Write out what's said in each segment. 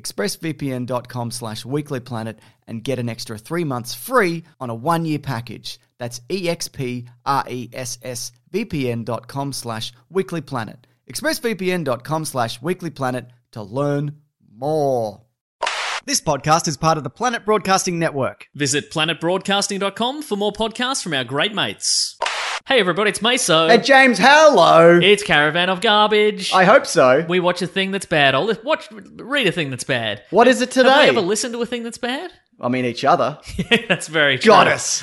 expressvpn.com slash weeklyplanet and get an extra three months free on a one-year package. That's E expressvpn.com slash weeklyplanet. expressvpn.com slash weeklyplanet to learn more. This podcast is part of the Planet Broadcasting Network. Visit planetbroadcasting.com for more podcasts from our great mates. Hey everybody, it's Meso. Hey, James, hello. it's Caravan of Garbage. I hope so. we watch a thing that's bad. I'll li- watch read a thing that's bad. What is it today? Have we ever listened to a thing that's bad? I mean, each other. that's very true. Goddess.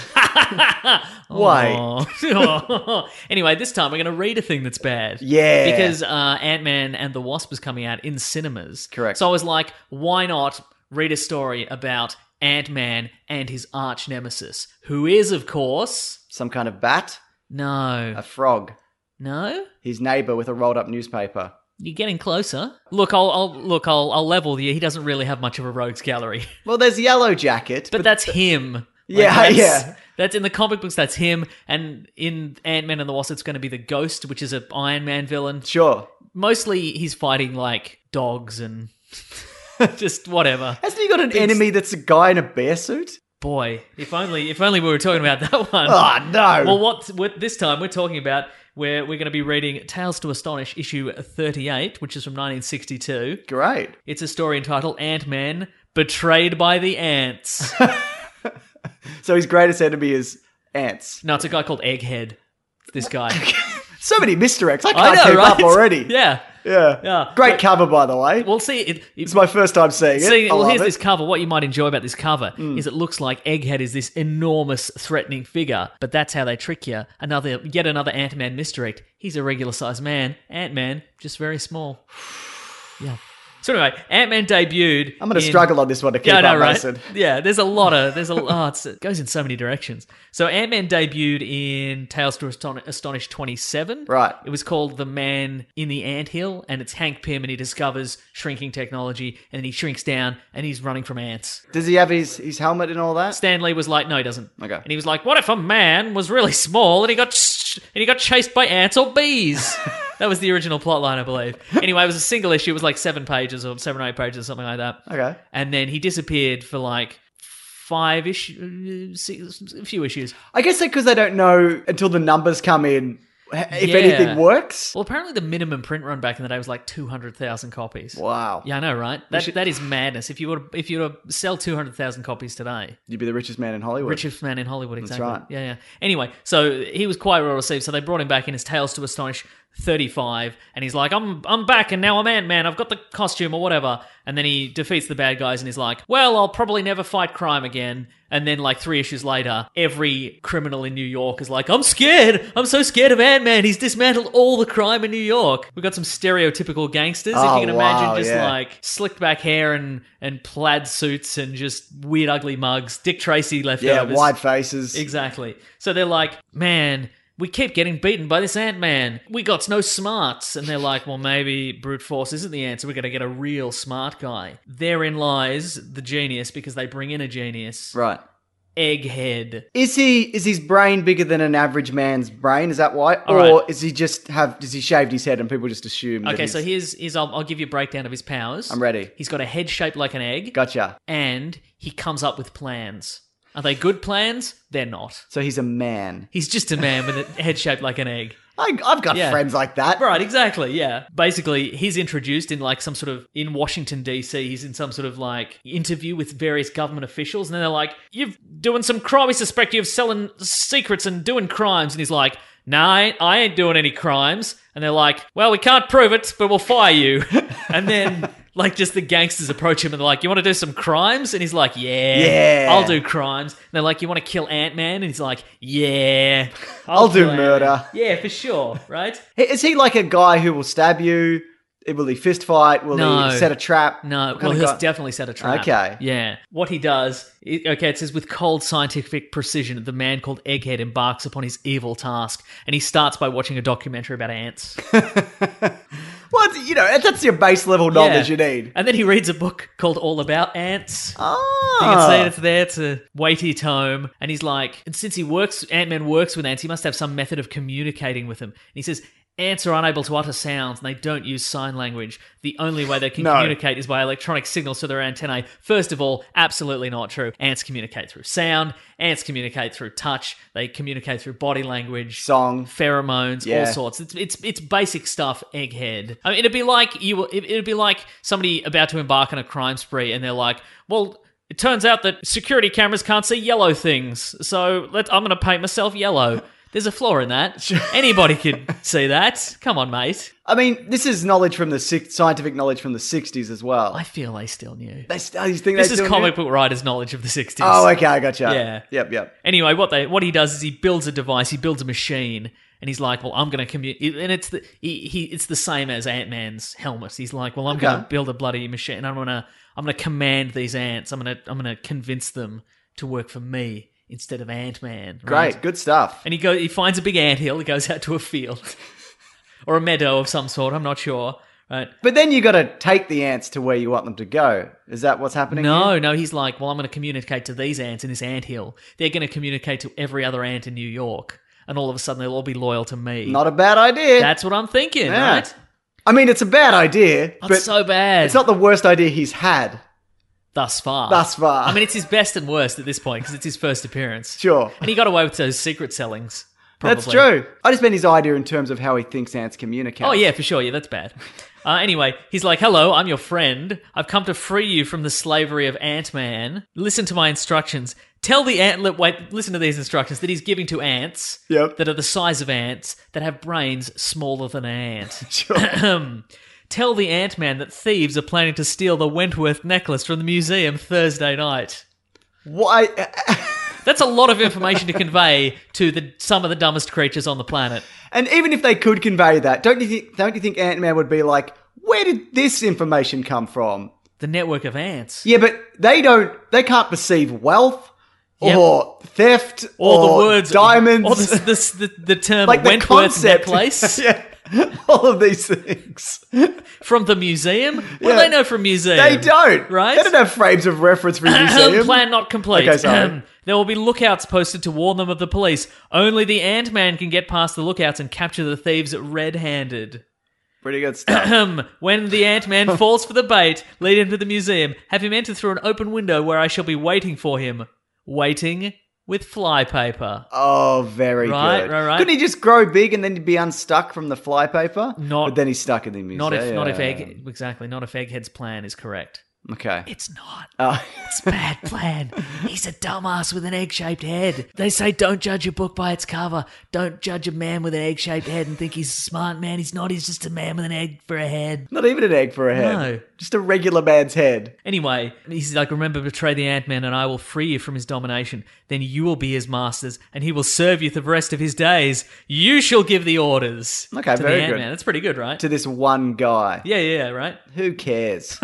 Why? Oh. anyway, this time we're going to read a thing that's bad. Yeah. Because uh, Ant Man and the Wasp is coming out in cinemas. Correct. So I was like, why not read a story about Ant Man and his arch nemesis, who is, of course, Some kind of bat, no, a frog, no. his neighbor with a rolled up newspaper. You're getting closer. Look, I'll, I'll look. I'll, I'll level you. He doesn't really have much of a rogues gallery, Well, there's Yellow Jacket, but, that's him. Like, Yeah, that's, yeah. That's in the comic books. That's him. And in Ant Man and the Wasp, it's going to be the Ghost, which is an Iron Man villain. sure. Mostly, he's fighting like dogs and just whatever. Hasn't he got an enemy that's a guy in a bear suit? Boy, if only if only we were talking about that one. Oh, no. Uh, Well, what, what this time we're talking about where we're going to be reading Tales to Astonish issue 38, which is from 1962. Great. It's a story entitled Ant Man Betrayed by the Ants. So his greatest enemy is ants. no, it's a guy called Egghead. This guy. So many misdirects. I can't I know, keep right? up already. Yeah. Yeah. Yeah. Great cover, by the way. Well, see, it, it- it's my first time seeing it. see, I well, love here's it. Mm. this cover. What you might enjoy about this cover is it looks like Egghead is this enormous, threatening figure, but that's how they trick you. Another, yet another Ant Man misdirect. He's a regular sized man. Ant Man, just very small. Yeah. So anyway, Ant Man debuted. I'm going to in- struggle on this one to keep Yeah, I know, up, right? Mason. Yeah, there's a lot of there's a oh, it's, it goes in so many directions. So Ant Man debuted in Tales to Aston- Astonish 27. Right. It was called The Man in the Anthill, and it's Hank Pym, and he discovers shrinking technology, and then he shrinks down, and he's running from ants. Does he have his, his helmet and all that? Stanley was like, "No, he doesn't." Okay. And he was like, "What if a man was really small and he got sh- and he got chased by ants or bees?" that was the original plot line, I believe. Anyway, it was a single issue. It was like seven pages or seven or eight pages, something like that Okay. and then he disappeared for like five issues, six, a few issues. I guess because they don't know until the numbers come in h- if Yeah. anything works. Well, apparently the minimum print run back in the day was like two hundred thousand copies. Wow. Yeah, I know, right? That should- that is madness. If you were if you were to sell two hundred thousand copies today, You'd be the richest man in Hollywood. richest man in Hollywood. Exactly. right. Yeah, yeah. Anyway, so he was quite well received. So they brought him back in his Tales to Astonish 35 and he's like I'm I'm back and now I'm Ant-Man I've got the costume or whatever and then he defeats the bad guys and he's like well I'll probably never fight crime again and then like 3 issues later every criminal in New York is like I'm scared I'm so scared of Ant-Man he's dismantled all the crime in New York we've got some stereotypical gangsters Oh, if you can wow, imagine just yeah. like slicked back hair and and plaid suits and just weird ugly mugs Dick Tracy left Yeah, over wide faces. Exactly. So they're like, man, we keep getting beaten by this Ant Man. We got no smarts. And they're like, well, maybe brute force isn't the answer. We're going to get a real smart guy. Therein lies the genius because they bring in a genius. right. Egghead. Is he is his brain bigger than an average man's brain? Is that why? All or right. is he just have does he shaved his head and people just assume? that Okay, so he's- here's, here's I'll, I'll give you a breakdown of his powers. I'm ready. He's got a head shaped like an egg, Gotcha. and he comes up with plans. Are they good plans? They're not. So he's a man. He's just a man with a head shaped like an egg. I, I've got Yeah. friends like that. Right, exactly, yeah. Basically, he's introduced in like some sort of in Washington DC, he's in some sort of like interview with various government officials and then they're like, "You've doing some crime, we suspect you of selling secrets and doing crimes." And he's like, "Nah, I ain't, I ain't doing any crimes." And they're like, "Well, we can't prove it, but we'll fire you." and then like just the gangsters approach him and they're like, "You want to do some crimes?" And he's like, "Yeah, Yeah. I'll do crimes." And they're like, "You want to kill Ant Man?" And he's like, "Yeah, I'll do kill Ant-Man." murder. Yeah, for sure, right? Hey, Is he like a guy who will stab you? Will he fist fight? Will No. he set a trap? No, kind well, of he'll guy- definitely set a trap. Okay. Yeah. What he does, i okay, it says, with cold scientific precision, the man called Egghead embarks upon his evil task, and he starts by watching a documentary about ants. Well, you know, that's your base level knowledge Yeah. you need. and then he reads a book called All About Ants. Oh. You can see it, it's there. It's a weighty tome. And he's like, and since he works, Ant Man works with ants, he must have some method of communicating with them. And he says, Ants are unable to utter sounds and they don't use sign language. The only way they can No. communicate is by electronic signals to their antennae. First of all, absolutely not true. Ants communicate through sound, ants communicate through touch, they communicate through body language Song. pheromones, all Yeah. sorts. It's it's it's basic stuff. Egghead. I mean, it'd be like you. it- It'd be like somebody about to embark on a crime spree, and they're like, "Well, it turns out that security cameras can't see yellow things, so let I'm going to paint myself yellow." There's a flaw in that. Anybody could see that. Come on, mate. I mean, this is knowledge from the six, scientific knowledge from the 60s as well. I feel they still knew. they, st- oh, you think they This is still comic knew? book writers' knowledge of the '60s. Oh, okay, I gotcha. Yeah. Yep, yep. Anyway, what they what he does is he builds a device, he builds a machine, and he's like, "Well, I'm going to commute." And it's the he, he it's the same as Ant Man's helmet. He's like, "Well, I'm going Okay. to build a bloody machine, and I'm going to I'm going to command these ants. I'm going to I'm going to convince them to work for me instead of Ant Man." Great, good stuff. And he goes, he finds a big ant hill. He goes out to a field or a meadow of some sort. I'm not sure. Right. But then you got to take the ants to where you want them to go. Is that what's happening? No, here? no, he's like, well, I'm going to communicate to these ants in this anthill. They're going to communicate to every other ant in New York. And all of a sudden, they'll all be loyal to me. not a bad idea. That's what I'm thinking, Yeah. right? I mean, it's a bad idea, but That's so bad. it's not the worst idea he's had thus far. thus far. Oh. I mean, it's his best and worst at this point because it's his first appearance. sure. And he got away with those secret sellings. Probably. That's true. I just meant his idea in terms of how he thinks ants communicate. Oh, yeah, for sure. Yeah, that's bad. Uh, anyway, he's like, Hello, I'm your friend. I've come to free you from the slavery of Ant Man. Listen to my instructions. Tell the ant. li- Wait, listen to these instructions that he's giving to ants Yep. that are the size of ants, that have brains smaller than an ant. Sure. Tell the Ant Man that thieves are planning to steal the Wentworth necklace from the museum Thursday night. Why? That's a lot of information to convey to the some of the dumbest creatures on the planet. And even if they could convey that, don't you think? Don't you think Ant Man would be like, "Where did this information come from?" The network of ants. Yeah, but they don't. They can't perceive wealth Yep. or theft Or, or, the words diamonds. or the, the, the, the term like the Wentworth concept, necklace yeah, all of these things. from the museum. What do Yeah. they know from museum? They don't. Right? They don't have frames of reference for a museum. Plan not complete. Okay, sorry. Ahem. there will be lookouts posted to warn them of the police. Only the Ant Man can get past the lookouts and capture the thieves red handed. Pretty good stuff. Ahem. when the Ant Man falls for the bait, lead him to the museum. Have him enter through an open window where I shall be waiting for him. Waiting with flypaper. Oh, very Right, good. right, right. Couldn't he just grow big and then he'd be unstuck from the flypaper? Not- But then he's stuck in the museum. Not if, not if egg, exactly. Not if Egghead's plan is correct. Okay. It's not. Oh. It's a bad plan. He's a dumbass with an egg shaped head. They say don't judge a book by its cover. Don't judge a man with an egg shaped head and think he's a smart man. He's not. He's just a man with an egg for a head. Not even an egg for a head. No. Just a regular man's head. Anyway, he's like, remember, betray the Ant Man, and I will free you from his domination. Then you will be his masters, and he will serve you for the rest of his days. You shall give the orders. Okay, to very the good. Ant-Man. That's pretty good, right? To this one guy. yeah, yeah, right. Who cares?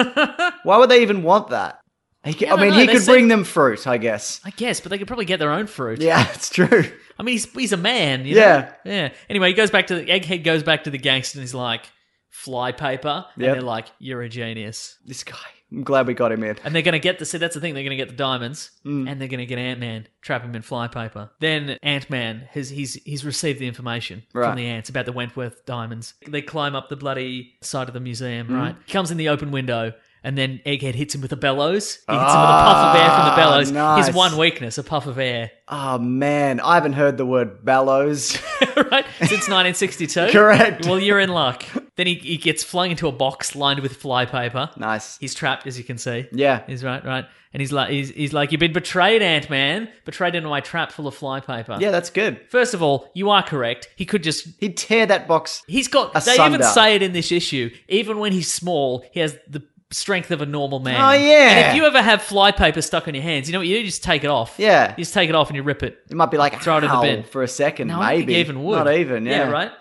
Why would they even want that? He could, Yeah, I mean, no, he they could said- bring them fruit, I guess. I guess, but they could probably get their own fruit. Yeah, it's true. I mean, he's he's a man. You Yeah. Know? Yeah. Anyway, he goes back to the egghead. Goes back to the gangster. and He's like flypaper, and Yep. they're like, "You're a genius." This guy. I'm glad we got him in. And they're going to get the. See, that's the thing. They're going to get the diamonds, Mm. and they're going to get Ant Man, trap him in flypaper. Then Ant Man has he's he's received the information Right. from the ants about the Wentworth diamonds. They climb up the bloody side of the Mm. museum. Right, he comes in the open window. And then Egghead hits him with a bellows. He hits him with a puff of air from the Ah, bellows. nice. His one weakness, a puff of air. Oh, man. I haven't heard the word bellows. right? Since 1962. Correct. Well, you're in luck. Then he, he gets flung into a box lined with flypaper. nice. He's trapped, as you can see. Yeah. He's right, right. And he's like, he's, he's like, you've been betrayed, Ant Man. Betrayed into my trap full of flypaper. Yeah, that's good. First of all, you are correct. He could just. He'd tear that box. He's got. they Asunder. even say it in this issue. Even when he's small, he has the strength of a normal man. Oh, yeah. And if you ever have flypaper stuck on your hands, you know what you do? You just take it off. Yeah. You just take it off and you rip it. It might be like Throw it in the "Ow," bin. for a second, No, maybe. I don't think he even would. Not even, yeah. right?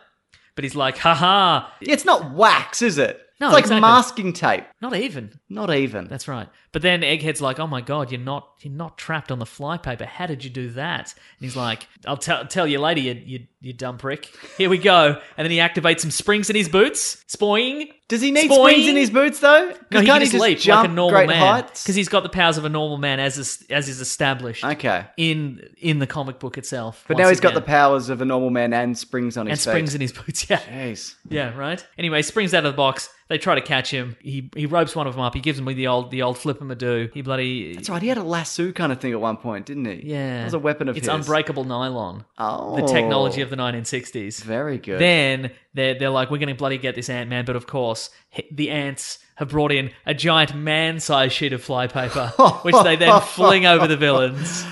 But he's like, haha, It's not wax, is it? No, it's like exactly. masking tape. not even. Not even. That's right. But then Egghead's like, "Oh my god, you're not you're not trapped on the flypaper. How did you do that?" And he's like, "I'll tell tell you later, you you, you dumb prick. Here we go." And then he activates some springs in his boots. Spoing. Does he need Spoing. springs in his boots though? 'Cause No, he can't can just leap like a normal great man heights? because he's got the powers of a normal man as is, as is established okay. in in the comic book itself. But once now he's got the again. powers of a normal man and springs on and his springs feet. in his boots. Yeah. Jeez. Yeah, right. Anyway, springs out of the box. They try to catch him. He he ropes one of them up. He gives him the old the old flip him a do. He bloody That's right. He had a lasso kind of thing at one point, didn't he? yeah. That was a weapon of it's his. unbreakable nylon. Oh. The technology of the 1960s. Very good. Then they're they're like we're going to bloody get this Ant Man, but of course h- the ants have brought in a giant man-sized sheet of flypaper, which they then fling over the villains.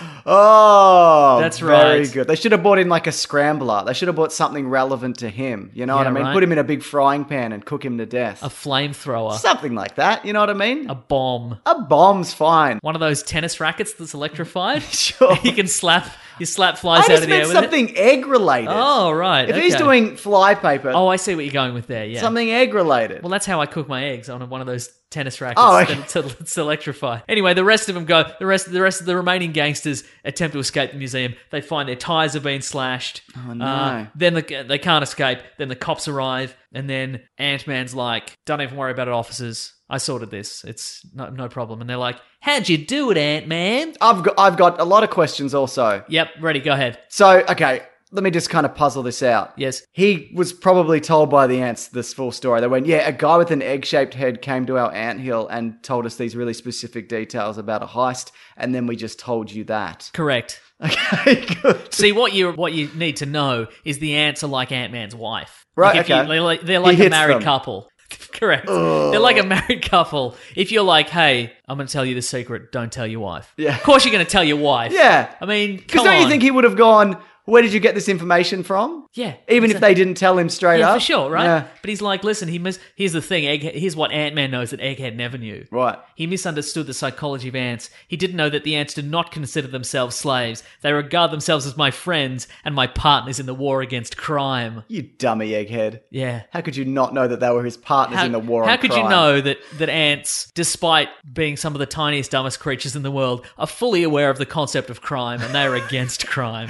oh, That's Very right. good. They should have brought in like a scrambler. They should have brought something relevant to him. You know what Yeah, I mean? right. Put him in a big frying pan and cook him to death. A flamethrower, something like that. You know what I mean? a bomb, A bomb's fine. one of those tennis rackets that's electrified. Sure. you can slap you slap I flies out just of the air meant with it. something egg related. Oh right. if he's okay. doing fly paper, Oh, I see what you're going with there. Yeah. something egg related. well, that's how I cook my eggs on one of those tennis rackets Oh, okay. to, to, to electrify. Anyway, the rest of them go. The rest, the rest of the remaining gangsters attempt to escape the museum. They find their tires have been slashed. Oh no. then the, they can't escape. Then the cops arrive, and then Ant Man's like, "Don't even worry about it, officers. I sorted this. It's no, no problem." And they're like, "How'd you do it, Ant Man?" I've got, I've got a lot of questions also. Yep, ready. Go ahead. So, okay, let me just kind of puzzle this out. Yes. He was probably told by the ants this full story. They went, yeah, a guy with an egg shaped head came to our anthill and told us these really specific details about a heist, and then we just told you that. Correct. Okay, good. See what you what you need to know is the ants are like Ant Man's wife. Right, Like if you- okay. they're like, they're He like a hits married them. couple. Correct. They're like a married couple. If you're like, hey, I'm going to tell you the secret. Don't tell your wife. Yeah. Of course you're going to tell your wife. Yeah. I mean, Because come don't on. you think he would have gone, where did you get this information from? yeah. Even if exactly. they didn't tell him straight Yeah, up. for sure, right? Yeah. But he's like, listen, he mis- here's the thing. Egg- here's what Ant Man knows that Egghead never knew. Right. He misunderstood the psychology of ants. He didn't know that the ants do not consider themselves slaves. They regard themselves as my friends and my partners in the war against crime. You dummy egghead. Yeah. How could you not know that they were his partners in the war? how on could you crime? know that, that ants, despite being some of the tiniest, dumbest creatures in the world, are fully aware of the concept of crime and they are against crime?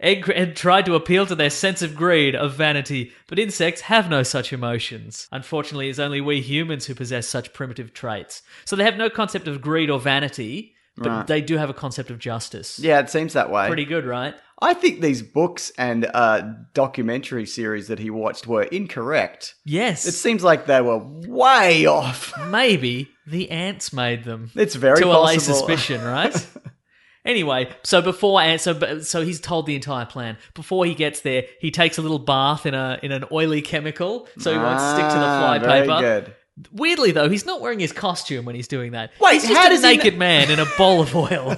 Egg had tried to appeal to their sense of greed, of vanity, but insects have no such emotions. Unfortunately, it's only we humans who possess such primitive traits. So they have no concept of greed or vanity, but they do have a concept of justice. Yeah, it seems that way. Pretty good, right? I think these books and uh, documentary series that he watched were incorrect. Yes. It seems like they were way off. Maybe the ants made them. It's very to allay possible. suspicion, right? anyway, so before and so but- so he's told the entire plan. Before he gets there, he takes a little bath in a in an oily chemical, so he won't stick to the Ah, flypaper. Very good. Weirdly, though, he's not wearing his costume when he's doing that. Wait, he's just how a does he kn- naked man in a bowl of oil.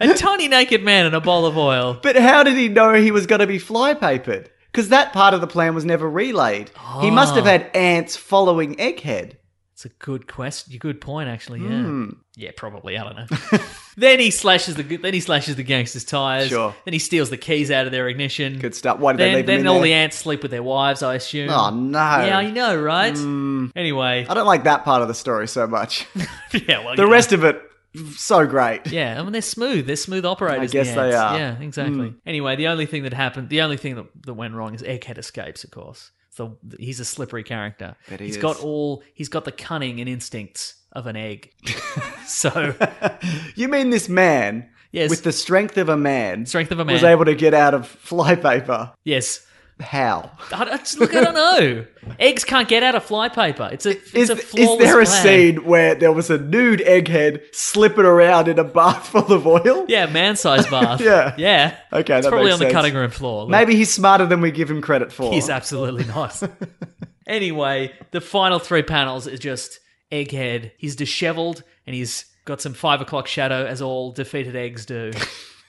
a tiny naked man in a bowl of oil. But how did he know he was going to be flypapered? Because that part of the plan was never relayed. He must have Ah. had ants following Egghead. It's a good question. Good point, actually. Yeah, Hmm. yeah, probably. I don't know. then he slashes the then he slashes the gangster's tires. Sure. Then he steals the keys out of their ignition. Good stuff. Why did Then, they leave then him in all there? the ants sleep with their wives, I assume. Oh no! Mm. Yeah, I know, right? Anyway, I don't like that part of the story so much. yeah. Well, the yeah. rest of it, so great. Yeah, I mean they're smooth. They're smooth I operators. guess the they ants. are. Mm. Yeah, exactly. Anyway, the only thing that happened, the only thing that, that went wrong is Egghead escapes. Of course, so he's a slippery character. Bet he has is. got all. He's got the cunning and instincts of an egg. so You mean this man, Yes. with the strength of a man, strength of a man. was able to get out of flypaper? yes. How? I, I just- look, I don't know. Eggs can't get out of flypaper. It's a. It's Is, a is flawless there a plan. scene where there was a nude egghead slipping around in a bath full of oil? Yeah, man-sized bath. Yeah. yeah. Okay, it's that probably makes on the sense. cutting room floor. Look. Maybe he's smarter than we give him credit for. He's absolutely not. anyway, the final three panels is just Egghead. He's disheveled and he's got some five o'clock shadow, as all defeated eggs do.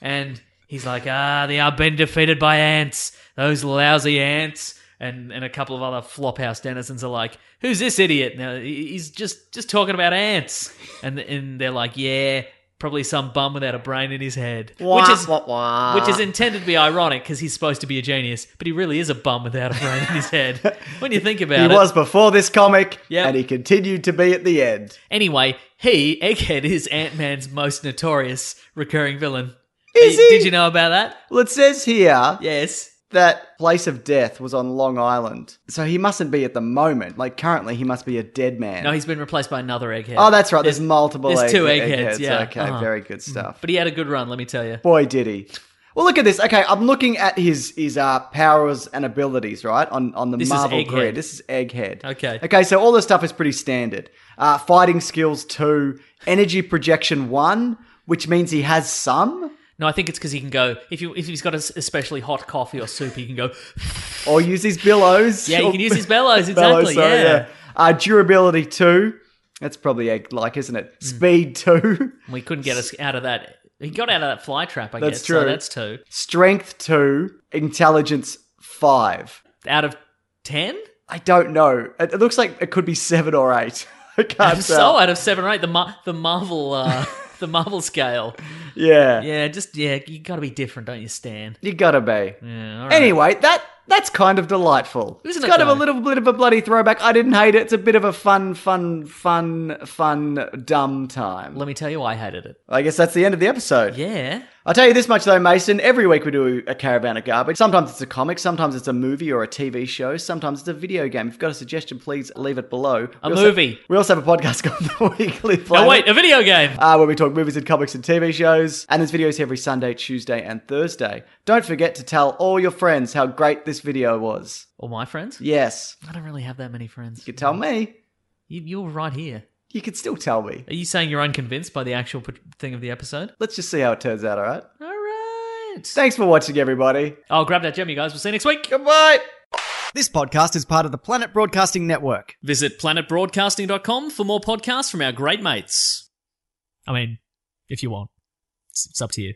and he's like, ah, they are being defeated by ants. Those lousy ants. And, and a couple of other flophouse denizens are like, "Who's this idiot?" Now he- he's just just talking about ants, and and they're like, "Yeah, probably some bum without a brain in his head," which is which Uh, is intended to be ironic because he's supposed to be a genius, but he really is a bum without a brain in his head. When you think about He it. was before this comic, Yep. and he continued to be at the end. Anyway, he, Egghead, is Ant Man's most notorious recurring villain. Is Hey, he? Did you know about that? Well, it says here Yes. that place of death was on Long Island, so he mustn't be at the moment. Like currently, he must be a dead man. No, he's been replaced by another Egghead. oh, that's right. There's, multiple. there's egg- two eggheads, yeah. Okay, Uh-huh. very good stuff. But he had a good run, let me tell you. Boy, did he! Well, look at this. Okay, I'm looking at his his uh, powers and abilities, right? On on the This is Marvel Egghead. grid. This is Egghead. Okay. Okay, so all this stuff is pretty standard. Uh, fighting skills two, energy projection one, which means he has some, No, I think it's because he can go, if, you, if he's got a s- especially hot coffee or soup, he can go, or use his billows. yeah, he or- can use his bellows, exactly. Bellows, sorry, yeah. Uh, durability two. That's probably egg like, isn't it? Hmm. Speed two. We couldn't get us out of that. He got out of that fly trap, I That's guess. So true. that's two. Strength two. Intelligence five. Out of ten? I don't know. It, it looks like it could be seven or eight. I can't I'm tell. so out of seven or eight. The Mar- the Marvel uh, the Marvel scale. yeah. Yeah, just yeah, you got to be different, don't you, Stan? You gotta be. Yeah, all right. Anyway, that that's kind of delightful. Isn't it's it kind of though? a little bit of a bloody throwback. I didn't hate it. It's a bit of a fun, fun, fun, fun, dumb time. Let me tell you, I hated it. I guess that's the end of the episode. Yeah, I'll tell you this much though, Mason. Every week we do a caravan of garbage. Sometimes it's a comic, sometimes it's a movie or a TV show, sometimes it's a video game. If you've got a suggestion, please leave it below. A We also- movie. we also have a podcast called The Weekly Oh Planet. wait, a video game. Uh, where we talk movies and comics and TV shows. And there's videos every Sunday, Tuesday, and Thursday. Don't forget to tell all your friends how great this video was. All my friends. Yes, I don't really have that many friends. you can tell me. You, you're right here. You can still tell me. Are you saying you're unconvinced by the actual p- thing of the episode? Let's just see how it turns out, all right? All right. Thanks for watching, everybody. I'll grab that gem, you guys. We'll see you next week. Goodbye. This podcast is part of the Planet Broadcasting Network. Visit planetbroadcasting.com for more podcasts from our great mates. I mean, if you want, it's, it's up to you.